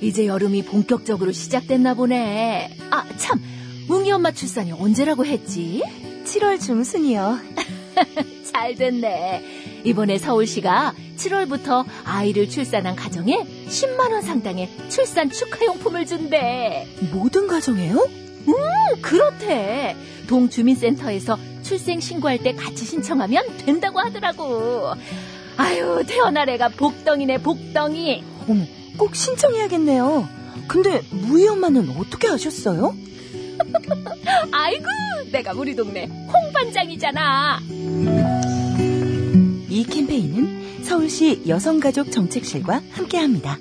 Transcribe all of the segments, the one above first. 이제 여름이 본격적으로 시작됐나 보네. 아 참, 웅이 엄마 출산이 언제라고 했지? 7월 중순이요. 잘 됐네. 이번에 서울시가 7월부터 아이를 출산한 가정에 10만 원 상당의 출산 축하용품을 준대. 음, 모든 가정에요? 그렇대. 동주민센터에서 출생 신고할 때 같이 신청하면 된다고 하더라고. 아유 태어날 애가 복덩이네 복덩이. 꼭 신청해야겠네요. 근데 무희 엄마는 어떻게 아셨어요? 아이고, 내가 우리 동네 홍반장이잖아. 이 캠페인은 서울시 여성가족 정책실과 함께합니다.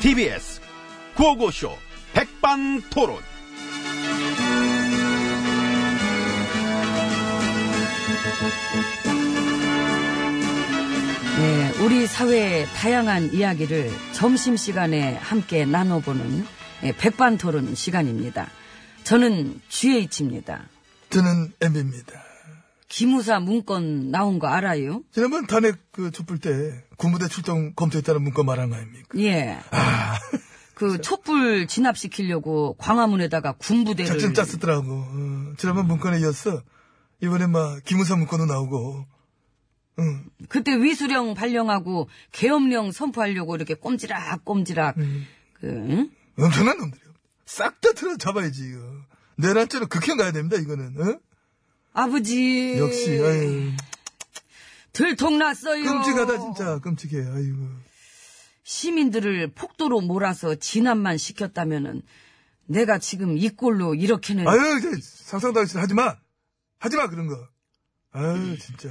TBS 구호고쇼 백반토론 네, 우리 사회의 다양한 이야기를 점심시간에 함께 나눠보는 예, 백반토론 시간입니다. 저는 GH입니다. 저는 MB입니다. 기무사 문건 나온 거 알아요? 지난번 탄핵 그 촛불 때 군부대 출동 검토했다는 문건 말한 거 아닙니까? 예. 그 촛불 진압시키려고 광화문에다가 군부대를 작전 짰었더라고. 어, 지난번 문건에 이어서 이번에 막 기무사 문건도 나오고. 응. 그때 위수령 발령하고 계엄령 선포하려고 이렇게 꼼지락 꼼지락 음. 그 응? 엄청난 놈들이요. 싹 다 틀어잡아야지 이거. 내란죄로 극형 가야 됩니다 이거는. 어? 아버지 역시 아유, 들통났어요. 끔찍하다 진짜 끔찍해. 아이고. 시민들을 폭도로 몰아서 진압만 시켰다면은 내가 지금 이 꼴로 이렇게는 아유 이제 상상당신 하지 마. 하지 마 그런 거. 아유 진짜.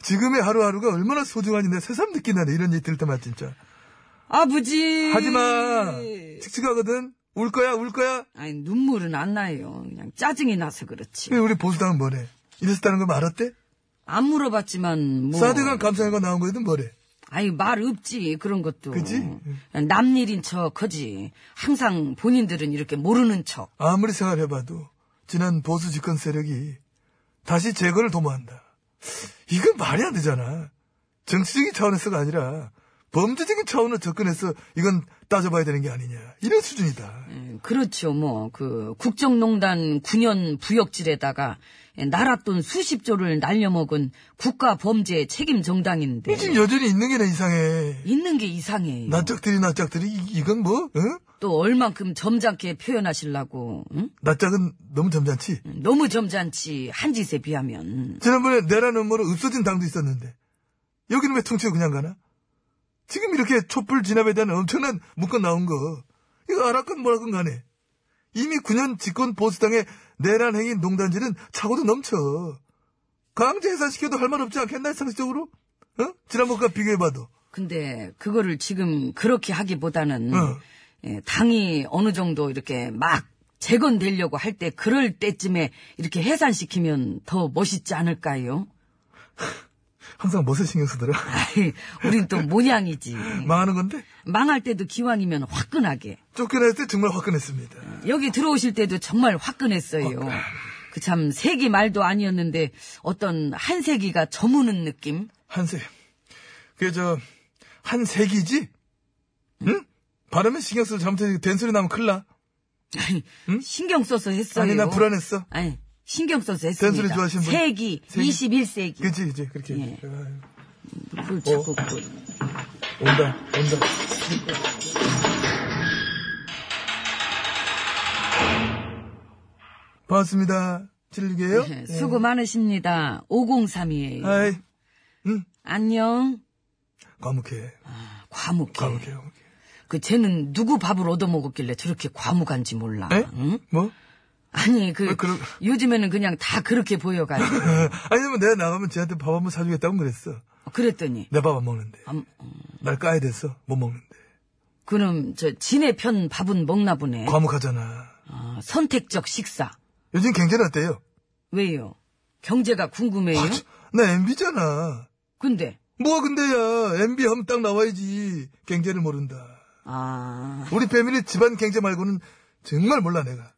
지금의 하루하루가 얼마나 소중한지 내 새삼 느낀다네 이런 얘기 들을 때마다 진짜. 버지 하지 마. 예. 칙칙하거든. 울 거야 울 거야. 아니 눈물은 안 나요. 그냥 짜증이 나서 그렇지. 왜 우리 보수당은 뭐래? 이랬다는 걸 알았대? 안 물어봤지만 뭐. 사대강 감사회가 그 나온 거에든 뭐래? 아니 말 없지 그런 것도. 그지? 남 일인 척하지. 항상 본인들은 이렇게 모르는 척. 아무리 생활해봐도 지난 보수 집권 세력이 다시 제거를 도모한다. 이건 말이 안 되잖아. 정치적인 차원에서가 아니라 범죄적인 차원으로 접근해서 이건 따져봐야 되는 게 아니냐. 이런 수준이다. 음, 그렇죠 뭐 그 국정농단 9년 부역질에다가 나랏돈 수십 조를 날려먹은 국가 범죄 책임 정당인데 이 지금 여전히 있는 게나 이상해. 있는 게 이상해요. 낯짝들이 낯짝들이 이- 이건 뭐? 응? 또 얼만큼 점잖게 표현하시려고 응? 낯짝은 너무 점잖지. 너무 점잖지 한 짓에 비하면 지난번에 내란 음모로 없어진 당도 있었는데 여기는 왜 통째로 그냥 가나? 지금 이렇게 촛불 진압에 대한 엄청난 문건 나온 거 이거 알았건 뭐라건 간에 이미 9년 집권 보수당의 내란 행위 농단질은 차고도 넘쳐 강제 해산시켜도 할 말 없지 않겠나 상식적으로? 어? 지난번과 비교해봐도 근데 어. 그거를 지금 그렇게 하기보다는 응. 예, 당이 어느 정도 이렇게 막 재건되려고 할 때 그럴 때쯤에 이렇게 해산시키면 더 멋있지 않을까요? 항상 멋에 신경 쓰더라. 아이, 우린 또 모양이지. 망하는 건데? 망할 때도 기왕이면 화끈하게. 쫓겨날 때 정말 화끈했습니다. 여기 들어오실 때도 정말 화끈했어요. 아. 그 참 세기 말도 아니었는데 어떤 한 세기가 저무는 느낌? 한세. 그게 저, 한 세기지? 응? 발음에 신경 쓰고 잘못해 된소리 나면 큰일 나. 신경 써서 했어요. 아니, 나 불안했어. 아니, 신경 써서 했습니다. 된소리 좋아하시는 분. 세기, 세기. 21세기. 그치, 그치, 그렇게. 예. 아유, 그걸 자꾸 그- 온다, 온다. 반갑습니다. 진리계요? 예. 예, 수고 많으십니다. 503이에요. 어? 아이, 안녕. 과묵해. 과묵해. 과묵해, 과묵해. 그 쟤는 누구 밥을 얻어먹었길래 저렇게 과묵한지 몰라. 에? 응? 뭐? 아니 그 아, 그럼- 요즘에는 그냥 다 그렇게 보여가지고 아니면 내가 나가면 쟤한테 밥 한 번 사주겠다고 그랬어. 그랬더니 내 밥 안 먹는데. 암, 날 까야 됐어. 못 먹는데. 그럼 저 지네 편 밥은 먹나 보네. 과묵하잖아. 아, 선택적 식사. 요즘 경제는 어때요? 왜요? 경제가 궁금해요? 나 MB잖아. 근데 네? 뭐가 근데야. MB 하면 딱 나와야지. 경제를 모른다. 아 우리 패밀리 집안 경제 말고는 정말 몰라, 내가.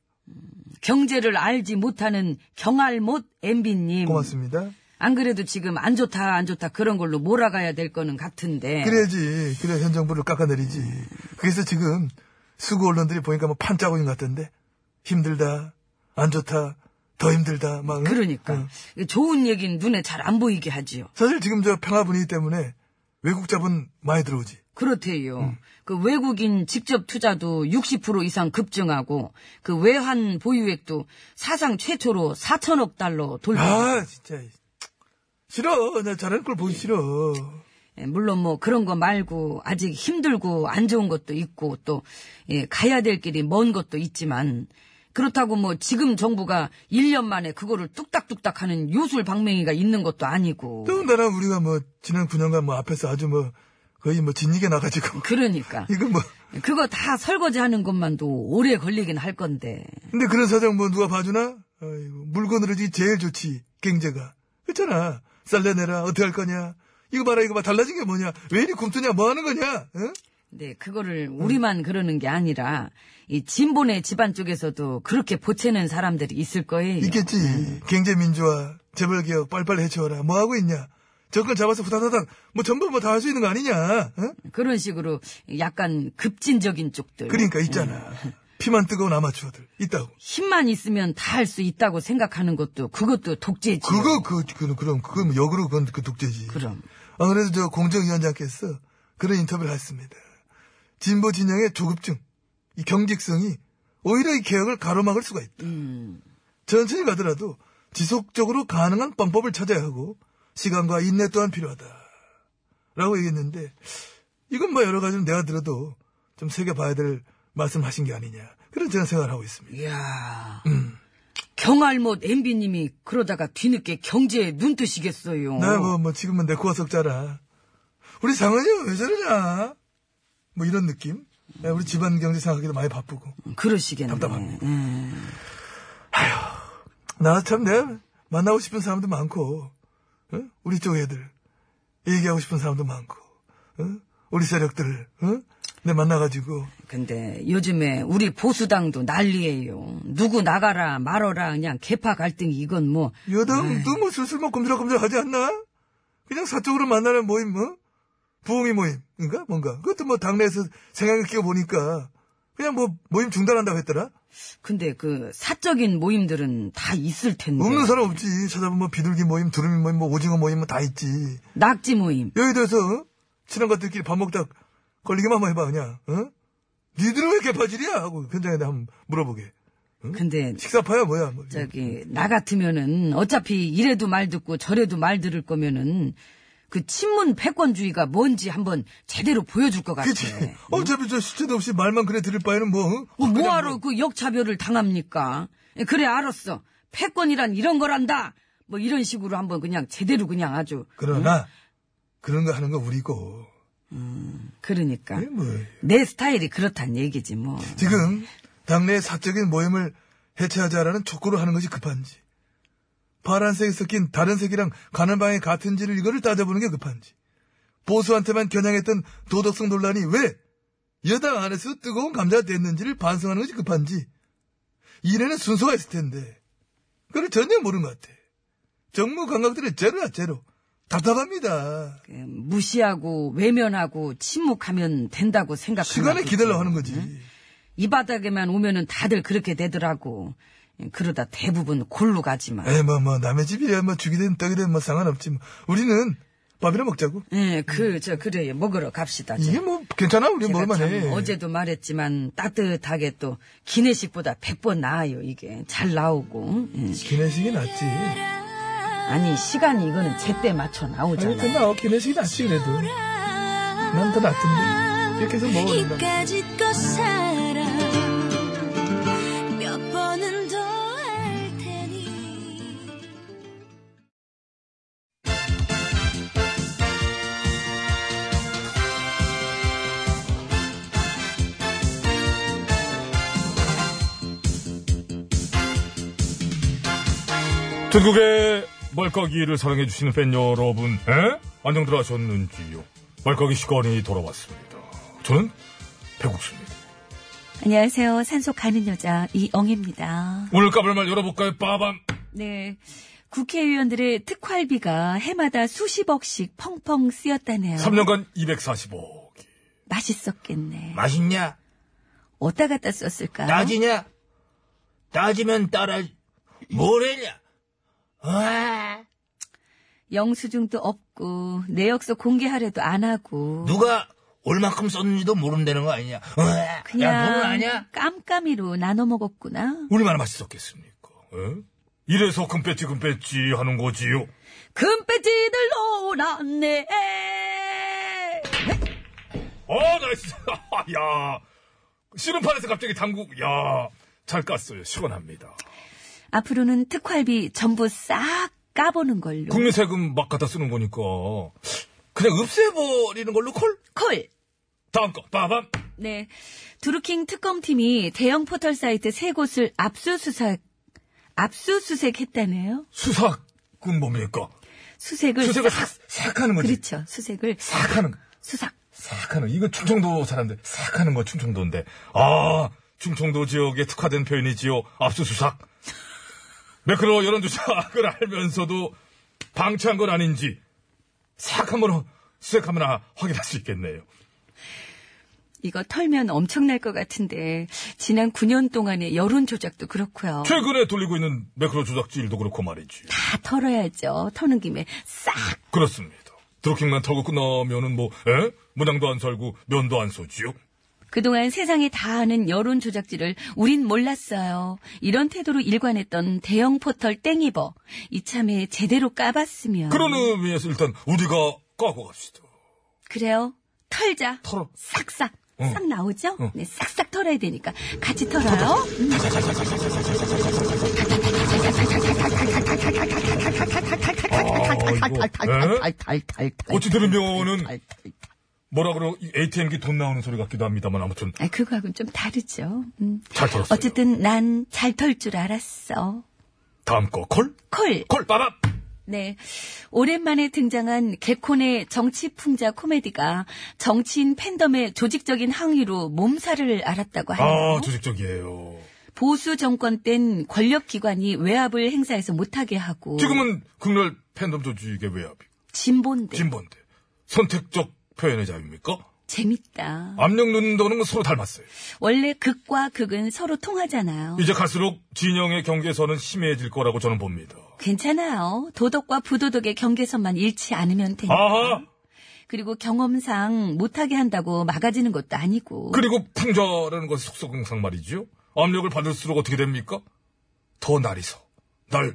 경제를 알지 못하는 경알못 엠비님. 고맙습니다. 안 그래도 지금 안 좋다 안 좋다 그런 걸로 몰아가야 될 거는 같은데. 그래야지. 그래야 현 정부를 깎아내리지. 그래서 지금 수구 언론들이 보니까 뭐 판짜고 있는 것 같던데. 힘들다. 안 좋다. 더 힘들다. 막. 응? 그러니까 응. 좋은 얘기는 눈에 잘 안 보이게 하지요. 사실 지금 저 평화 분위기 때문에 외국 자본 많이 들어오지. 그렇대요. 그 외국인 직접 투자도 60% 이상 급증하고 그 외환 보유액도 사상 최초로 4천억 달러 돌파. 아, 진짜. 싫어. 나 잘하는 걸 보기 싫어. 예, 물론 뭐 그런 거 말고 아직 힘들고 안 좋은 것도 있고 또 예, 가야 될 길이 먼 것도 있지만 그렇다고 뭐 지금 정부가 1년 만에 그거를 뚝딱뚝딱 하는 요술 방맹이가 있는 것도 아니고 더군다나 우리가 뭐 지난 9년간 뭐 앞에서 아주 뭐 거의 뭐 진이게 나가지고. 그러니까 이건 뭐. 그거 다 설거지 하는 것만도 오래 걸리긴 할 건데 근데 그런 사정 뭐 누가 봐주나? 아이고, 물건으로 지 제일 좋지. 경제가. 그렇잖아. 쌀 내내라. 어떻게 할 거냐. 이거 봐라 이거 봐. 달라진 게 뭐냐. 왜 이리 굶주냐. 뭐 하는 거냐. 응? 네, 그거를 우리만 그러는 게 아니라 이 진보네 집안 쪽에서도 그렇게 보채는 사람들이 있을 거예요. 있겠지. 경제 민주화, 재벌 개혁 빨리빨리 해치워라. 뭐 하고 있냐? 정권 잡아서 후다다닥 뭐 전부 뭐 다 할 수 있는 거 아니냐? 응? 그런 식으로 약간 급진적인 쪽들. 그러니까 있잖아. 피만 뜨거운 아마추어들 있다고. 힘만 있으면 다 할 수 있다고 생각하는 것도 그것도 독재지. 그거 그, 그 그럼 그건 뭐 역으로 그건 그 독재지. 그럼. 아, 그래서 저 공정위원장께서 그런 인터뷰를 했습니다. 진보 진영의 조급증, 이 경직성이 오히려 이 개혁을 가로막을 수가 있다. 천천히 가더라도 지속적으로 가능한 방법을 찾아야 하고 시간과 인내 또한 필요하다. 라고 얘기했는데 이건 뭐 여러 가지로 내가 들어도 좀 새겨봐야 될 말씀하신 게 아니냐. 그런 저는 생각을 하고 있습니다. 이야. 음. 경알못 MB님이 그러다가 뒤늦게 경제에 눈 뜨시겠어요. 나 뭐, 뭐, 지금은 내 코가 석자라. 우리 장은이 왜 저러냐? 뭐 이런 느낌? 야, 우리 집안 경제 생각하기도 많이 바쁘고. 그러시겠네. 답답합니다. 음. 나 참 내가 만나고 싶은 사람도 많고, 어? 우리 쪽 애들. 얘기하고 싶은 사람도 많고, 어? 우리 세력들, 어? 내 만나가지고. 근데 요즘에 우리 보수당도 난리예요. 누구 나가라 말어라 그냥 개파 갈등이 이건 뭐 여당도 뭐 슬슬 뭐 꼼지락꼼지락 하지 않나? 그냥 사적으로 만나는 모임, 뭐? 부흥이 모임인가? 뭔가. 그것도 뭐 당내에서 생각을 끼워 보니까, 그냥 뭐 모임 중단한다고 했더라? 근데 그 사적인 모임들은 다 있을 텐데. 없는 사람 없지. 찾아보면 뭐 비둘기 모임, 두루미 모임, 뭐 오징어 모임 뭐 다 있지. 낙지 모임. 여의도에서 어? 친한 것들끼리 밥 먹다 걸리기만 한번 해봐 그냥. 어? 니들은 왜 개파질이야? 하고 현장에다 한번 물어보게. 근데 식사파야 뭐야? 뭐. 저기 나 같으면은 어차피 이래도 말 듣고 저래도 말 들을 거면은 그 친문 패권주의가 뭔지 한번 제대로 보여줄 것 같아. 그치. 어차피 저 시체도 없이 말만 그래 들을 바에는 뭐. 어? 어, 뭐하러 그 역차별을 당합니까? 예, 그래 알았어. 패권이란 이런 거란다. 뭐 이런 식으로 한번 그냥 제대로 그냥 아주 그러나 그런 거 하는 거 우리고. 그러니까 네. 예, 뭐. 내 스타일이 그렇단 얘기지 뭐. 지금 당내의 사적인 모임을 해체하자라는 촉구를 하는 것이 급한지, 파란색이 섞인 다른 색이랑 가는 방향이 같은지를 이거를 따져보는 게 급한지, 보수한테만 겨냥했던 도덕성 논란이 왜 여당 안에서 뜨거운 감자가 됐는지를 반성하는 것이 급한지, 이래는 순서가 있을 텐데, 그걸 전혀 모르는 것 같아. 정무 감각들은 제로야, 제로. 답답합니다. 그, 예, 무시하고 외면하고 침묵하면 된다고 생각하는 시간을 기다려 하는 거지. 이 바닥에만 오면은 다들 그렇게 되더라고. 예, 그러다 대부분 골로 가지만. 에이, 뭐, 뭐, 남의 집이야, 뭐, 죽이든 떡이든 뭐, 상관없지. 뭐. 우리는 밥이나 먹자고. 예, 그, 저, 그래요. 먹으러 갑시다. 저. 이게 뭐, 괜찮아, 우리 제가 먹을만 참 해. 어제도 말했지만 따뜻하게 또 기내식보다 100번 나아요, 이게. 잘 나오고. 예. 기내식이 낫지. 아니, 시간이 이거는 제때 맞춰 아니, 나오잖아. 끝나. 어, 기내식이 낫지, 그래도. 난 더 낫던데. 이렇게 해서 먹어. 이까지 껏 살아 몇 번은 더 할 테니 전국의 말까기를 사랑해주시는 팬 여러분, 에? 안녕들 하셨는지요? 말까기 시간이 돌아왔습니다. 저는 배국수입니다. 안녕하세요. 산소 가는 여자 이엉입니다. 오늘 까불 말 열어볼까요? 빠밤! 네. 국회의원들의 특활비가 해마다 수십억씩 펑펑 쓰였다네요. 3년간 245. 맛있었겠네. 맛있냐? 어디다 갖다 썼을까? 따지냐? 따지면 따라, 뭐래냐? 아. 와, 영수증도 없고 내역서 공개하려도 안 하고 누가 얼만큼 썼는지도 모른다는 거 아니냐? 와, 야, 너는 아냐? 그냥 깜깜이로 나눠 먹었구나. 얼마나 맛있었겠습니까? 어? 에? 이래서 금배지 금배지 하는 거지요. 금배지들 노랗네. 어, 나이스. 야. 씨름판에서 갑자기 당국, 야. 잘 깠어요. 시원합니다. 앞으로는 특활비 전부 싹 까보는 걸로. 국민 세금 막 갖다 쓰는 거니까. 그냥 없애버리는 걸로 콜? 콜! 다음 거, 빠밤! 네. 두루킹 특검팀이 대형 포털 사이트 세 곳을 압수수색, 압수수색했다네요. 수사꾼 뭡니까? 수색을. 수색을 싹, 싹 하는 거지. 네, 그렇죠. 수색을. 싹 하는 거. 수삭. 싹 하는 거. 이거 충청도 사람들. 싹 하는 거 충청도인데. 아, 충청도 지역에 특화된 표현이지요. 압수수색. 매크로 여론조작을 알면서도 방치한 건 아닌지 싹 한번 수색하면 확인할 수 있겠네요. 이거 털면 엄청날 것 같은데, 지난 9년 동안의 여론 조작도 그렇고요. 최근에 돌리고 있는 매크로 조작질도 그렇고 말이지. 다 털어야죠. 터는 김에 싹. 그렇습니다. 드로킹만 털고 끝나면은 뭐, 에? 문양도 안 살고 면도 안 서지요. 그동안 세상이 다 아는 여론 조작질을 우린 몰랐어요. 이런 태도로 일관했던 대형 포털 땡이버. 이참에 제대로 까봤으면. 그런 의미에서 일단 우리가 까고 갑시다. 그래요. 털자. 털어. 싹싹. 어. 싹 나오죠? 어. 네, 싹싹 털어야 되니까. 같이 털어요. 어찌 들으면은 뭐라 그러 ATM기 돈 나오는 소리 같기도 합니다만 아무튼 아, 그거하고는 좀 다르죠. 음. 잘 털었어요. 어쨌든 난 잘 털 줄 알았어. 다음 거 콜? 콜. 콜 빠밤. 네. 오랜만에 등장한 개콘의 정치풍자 코미디가 정치인 팬덤의 조직적인 항의로 몸살을 앓았다고 하네요. 아 조직적이에요. 보수 정권 땐 권력기관이 외압을 행사해서 못하게 하고 지금은 극렬 팬덤 조직의 외압이 진본데 진본데 선택적 표현의 자유입니까? 재밌다. 압력 넣는다는 건 서로 닮았어요. 원래 극과 극은 서로 통하잖아요. 이제 갈수록 진영의 경계선은 심해질 거라고 저는 봅니다. 괜찮아요. 도덕과 부도덕의 경계선만 잃지 않으면 되니까. 아하. 그리고 경험상 못하게 한다고 막아지는 것도 아니고. 그리고 풍자라는 것은 속성상 말이지요. 압력을 받을수록 어떻게 됩니까? 더 날이 서. 날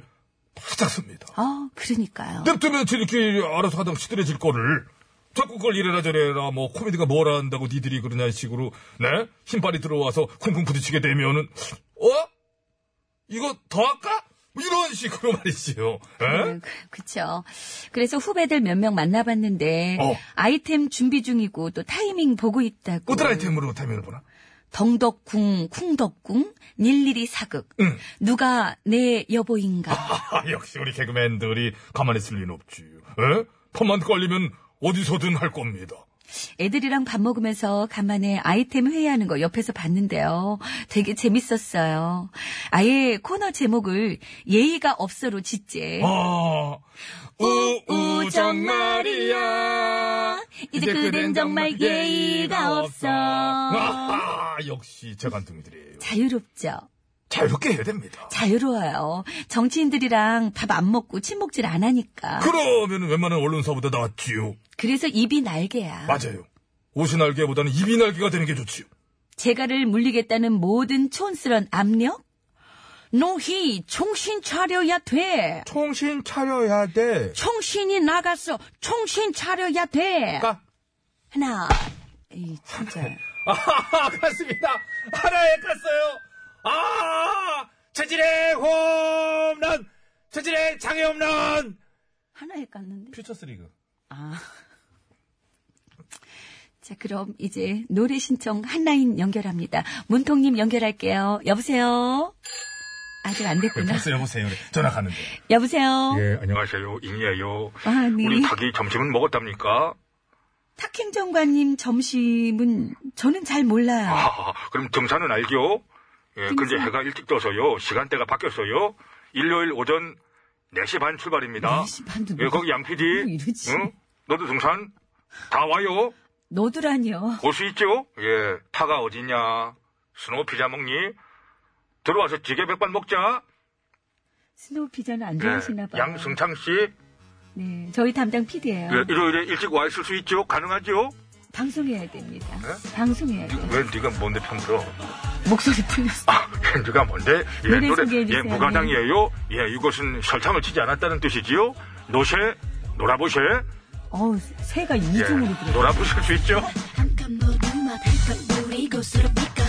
바짝 씁니다. 아, 그러니까요. 냅두면 지들끼리 알아서 하던 시들해질 거를 자꾸 그걸 이래라 저래라 뭐 코미디가 뭐라 한다고 니들이 그러냐 식으로 네? 힘빨이 들어와서 쿵쿵 부딪히게 되면은 어? 이거 더 할까? 뭐 이런 식으로 말이지요. 에? 네, 그쵸. 그래서 후배들 몇 명 만나봤는데, 어. 아이템 준비 중이고, 또 타이밍 보고 있다고. 어떤 아이템으로 타이밍을 보나? 덩덕궁, 쿵덕궁, 일일이 사극. 누가 내 여보인가. 아, 역시 우리 개그맨들이 가만히 있을 리는 없지. 에? 펌만 걸리면 어디서든 할 겁니다. 애들이랑 밥 먹으면서 간만에 아이템 회의하는 거 옆에서 봤는데요. 되게 재밌었어요. 아예 코너 제목을 예의가 없어로 짓지. 아, 우우정 말이야. 이제 그댄 정말 예의가 없어. 아, 역시 재간둥이들이에요. 자유롭죠? 자유롭게 해야 됩니다. 자유로워요. 정치인들이랑 밥 안 먹고 친목질 안 하니까. 그러면 웬만한 언론사보다 낫지요. 그래서 입이 날개야. 맞아요. 옷이 날개보다는 입이 날개가 되는 게 좋지요. 제가를 물리겠다는 모든 촌스런 압력? 노희, 총신 차려야 돼. 총신 차려야 돼. 총신이 나갔어. 총신 차려야 돼. 까. 하나. 이 진짜. 아하하, 갔습니다. 하나에 갔어요. 아, 체질의 홈런, 체질의 장애 홈런. 하나에 갔는데. 퓨처스 리그. 아. 자, 그럼 이제 노래 신청 한라인 연결합니다. 문통님 연결할게요. 여보세요? 아직 안 됐구나. 벌써 네, 여보세요. 전화 가는데. 여보세요? 예, 안녕하세요. 인이에요. 아, 어? 네. 우리 닭이 점심은 먹었답니까? 탁행 정관님 점심은 저는 잘 몰라요. 아, 그럼 등산은 알죠? 예, 근데 해가 일찍 떠서요. 시간대가 바뀌었어요. 일요일 오전 4시 반 출발입니다. 4시 반도 예, 거기 양 PD. 뭐 이러지? 응? 너도 등산? 다 와요. 너드라니요. 올 수 있죠? 예, 타가 어디냐? 스노우 피자 먹니? 들어와서 찌개 백반 먹자. 스노우 피자는 안 예, 좋아하시나 봐요. 양승창 씨, 네, 저희 담당 PD예요. 예, 일요일에 일찍 와 있을 수 있죠? 가능하죠? 방송해야 됩니다. 예? 방송해야 돼요. 왜 네가 뭔데 평소? 목소리 풀렸어. 아, 네가 뭔데? 예, 노래 노래, 소개해주세요. 예, 무가당이에요. 예, 이것은 설탕을 치지 않았다는 뜻이지요. 노세, 놀아보세. 어우, 새가 예, 이중으로 들어. 놀아보실 수 있죠? 깜깜 너도 마달까 우리 이곳으로 빛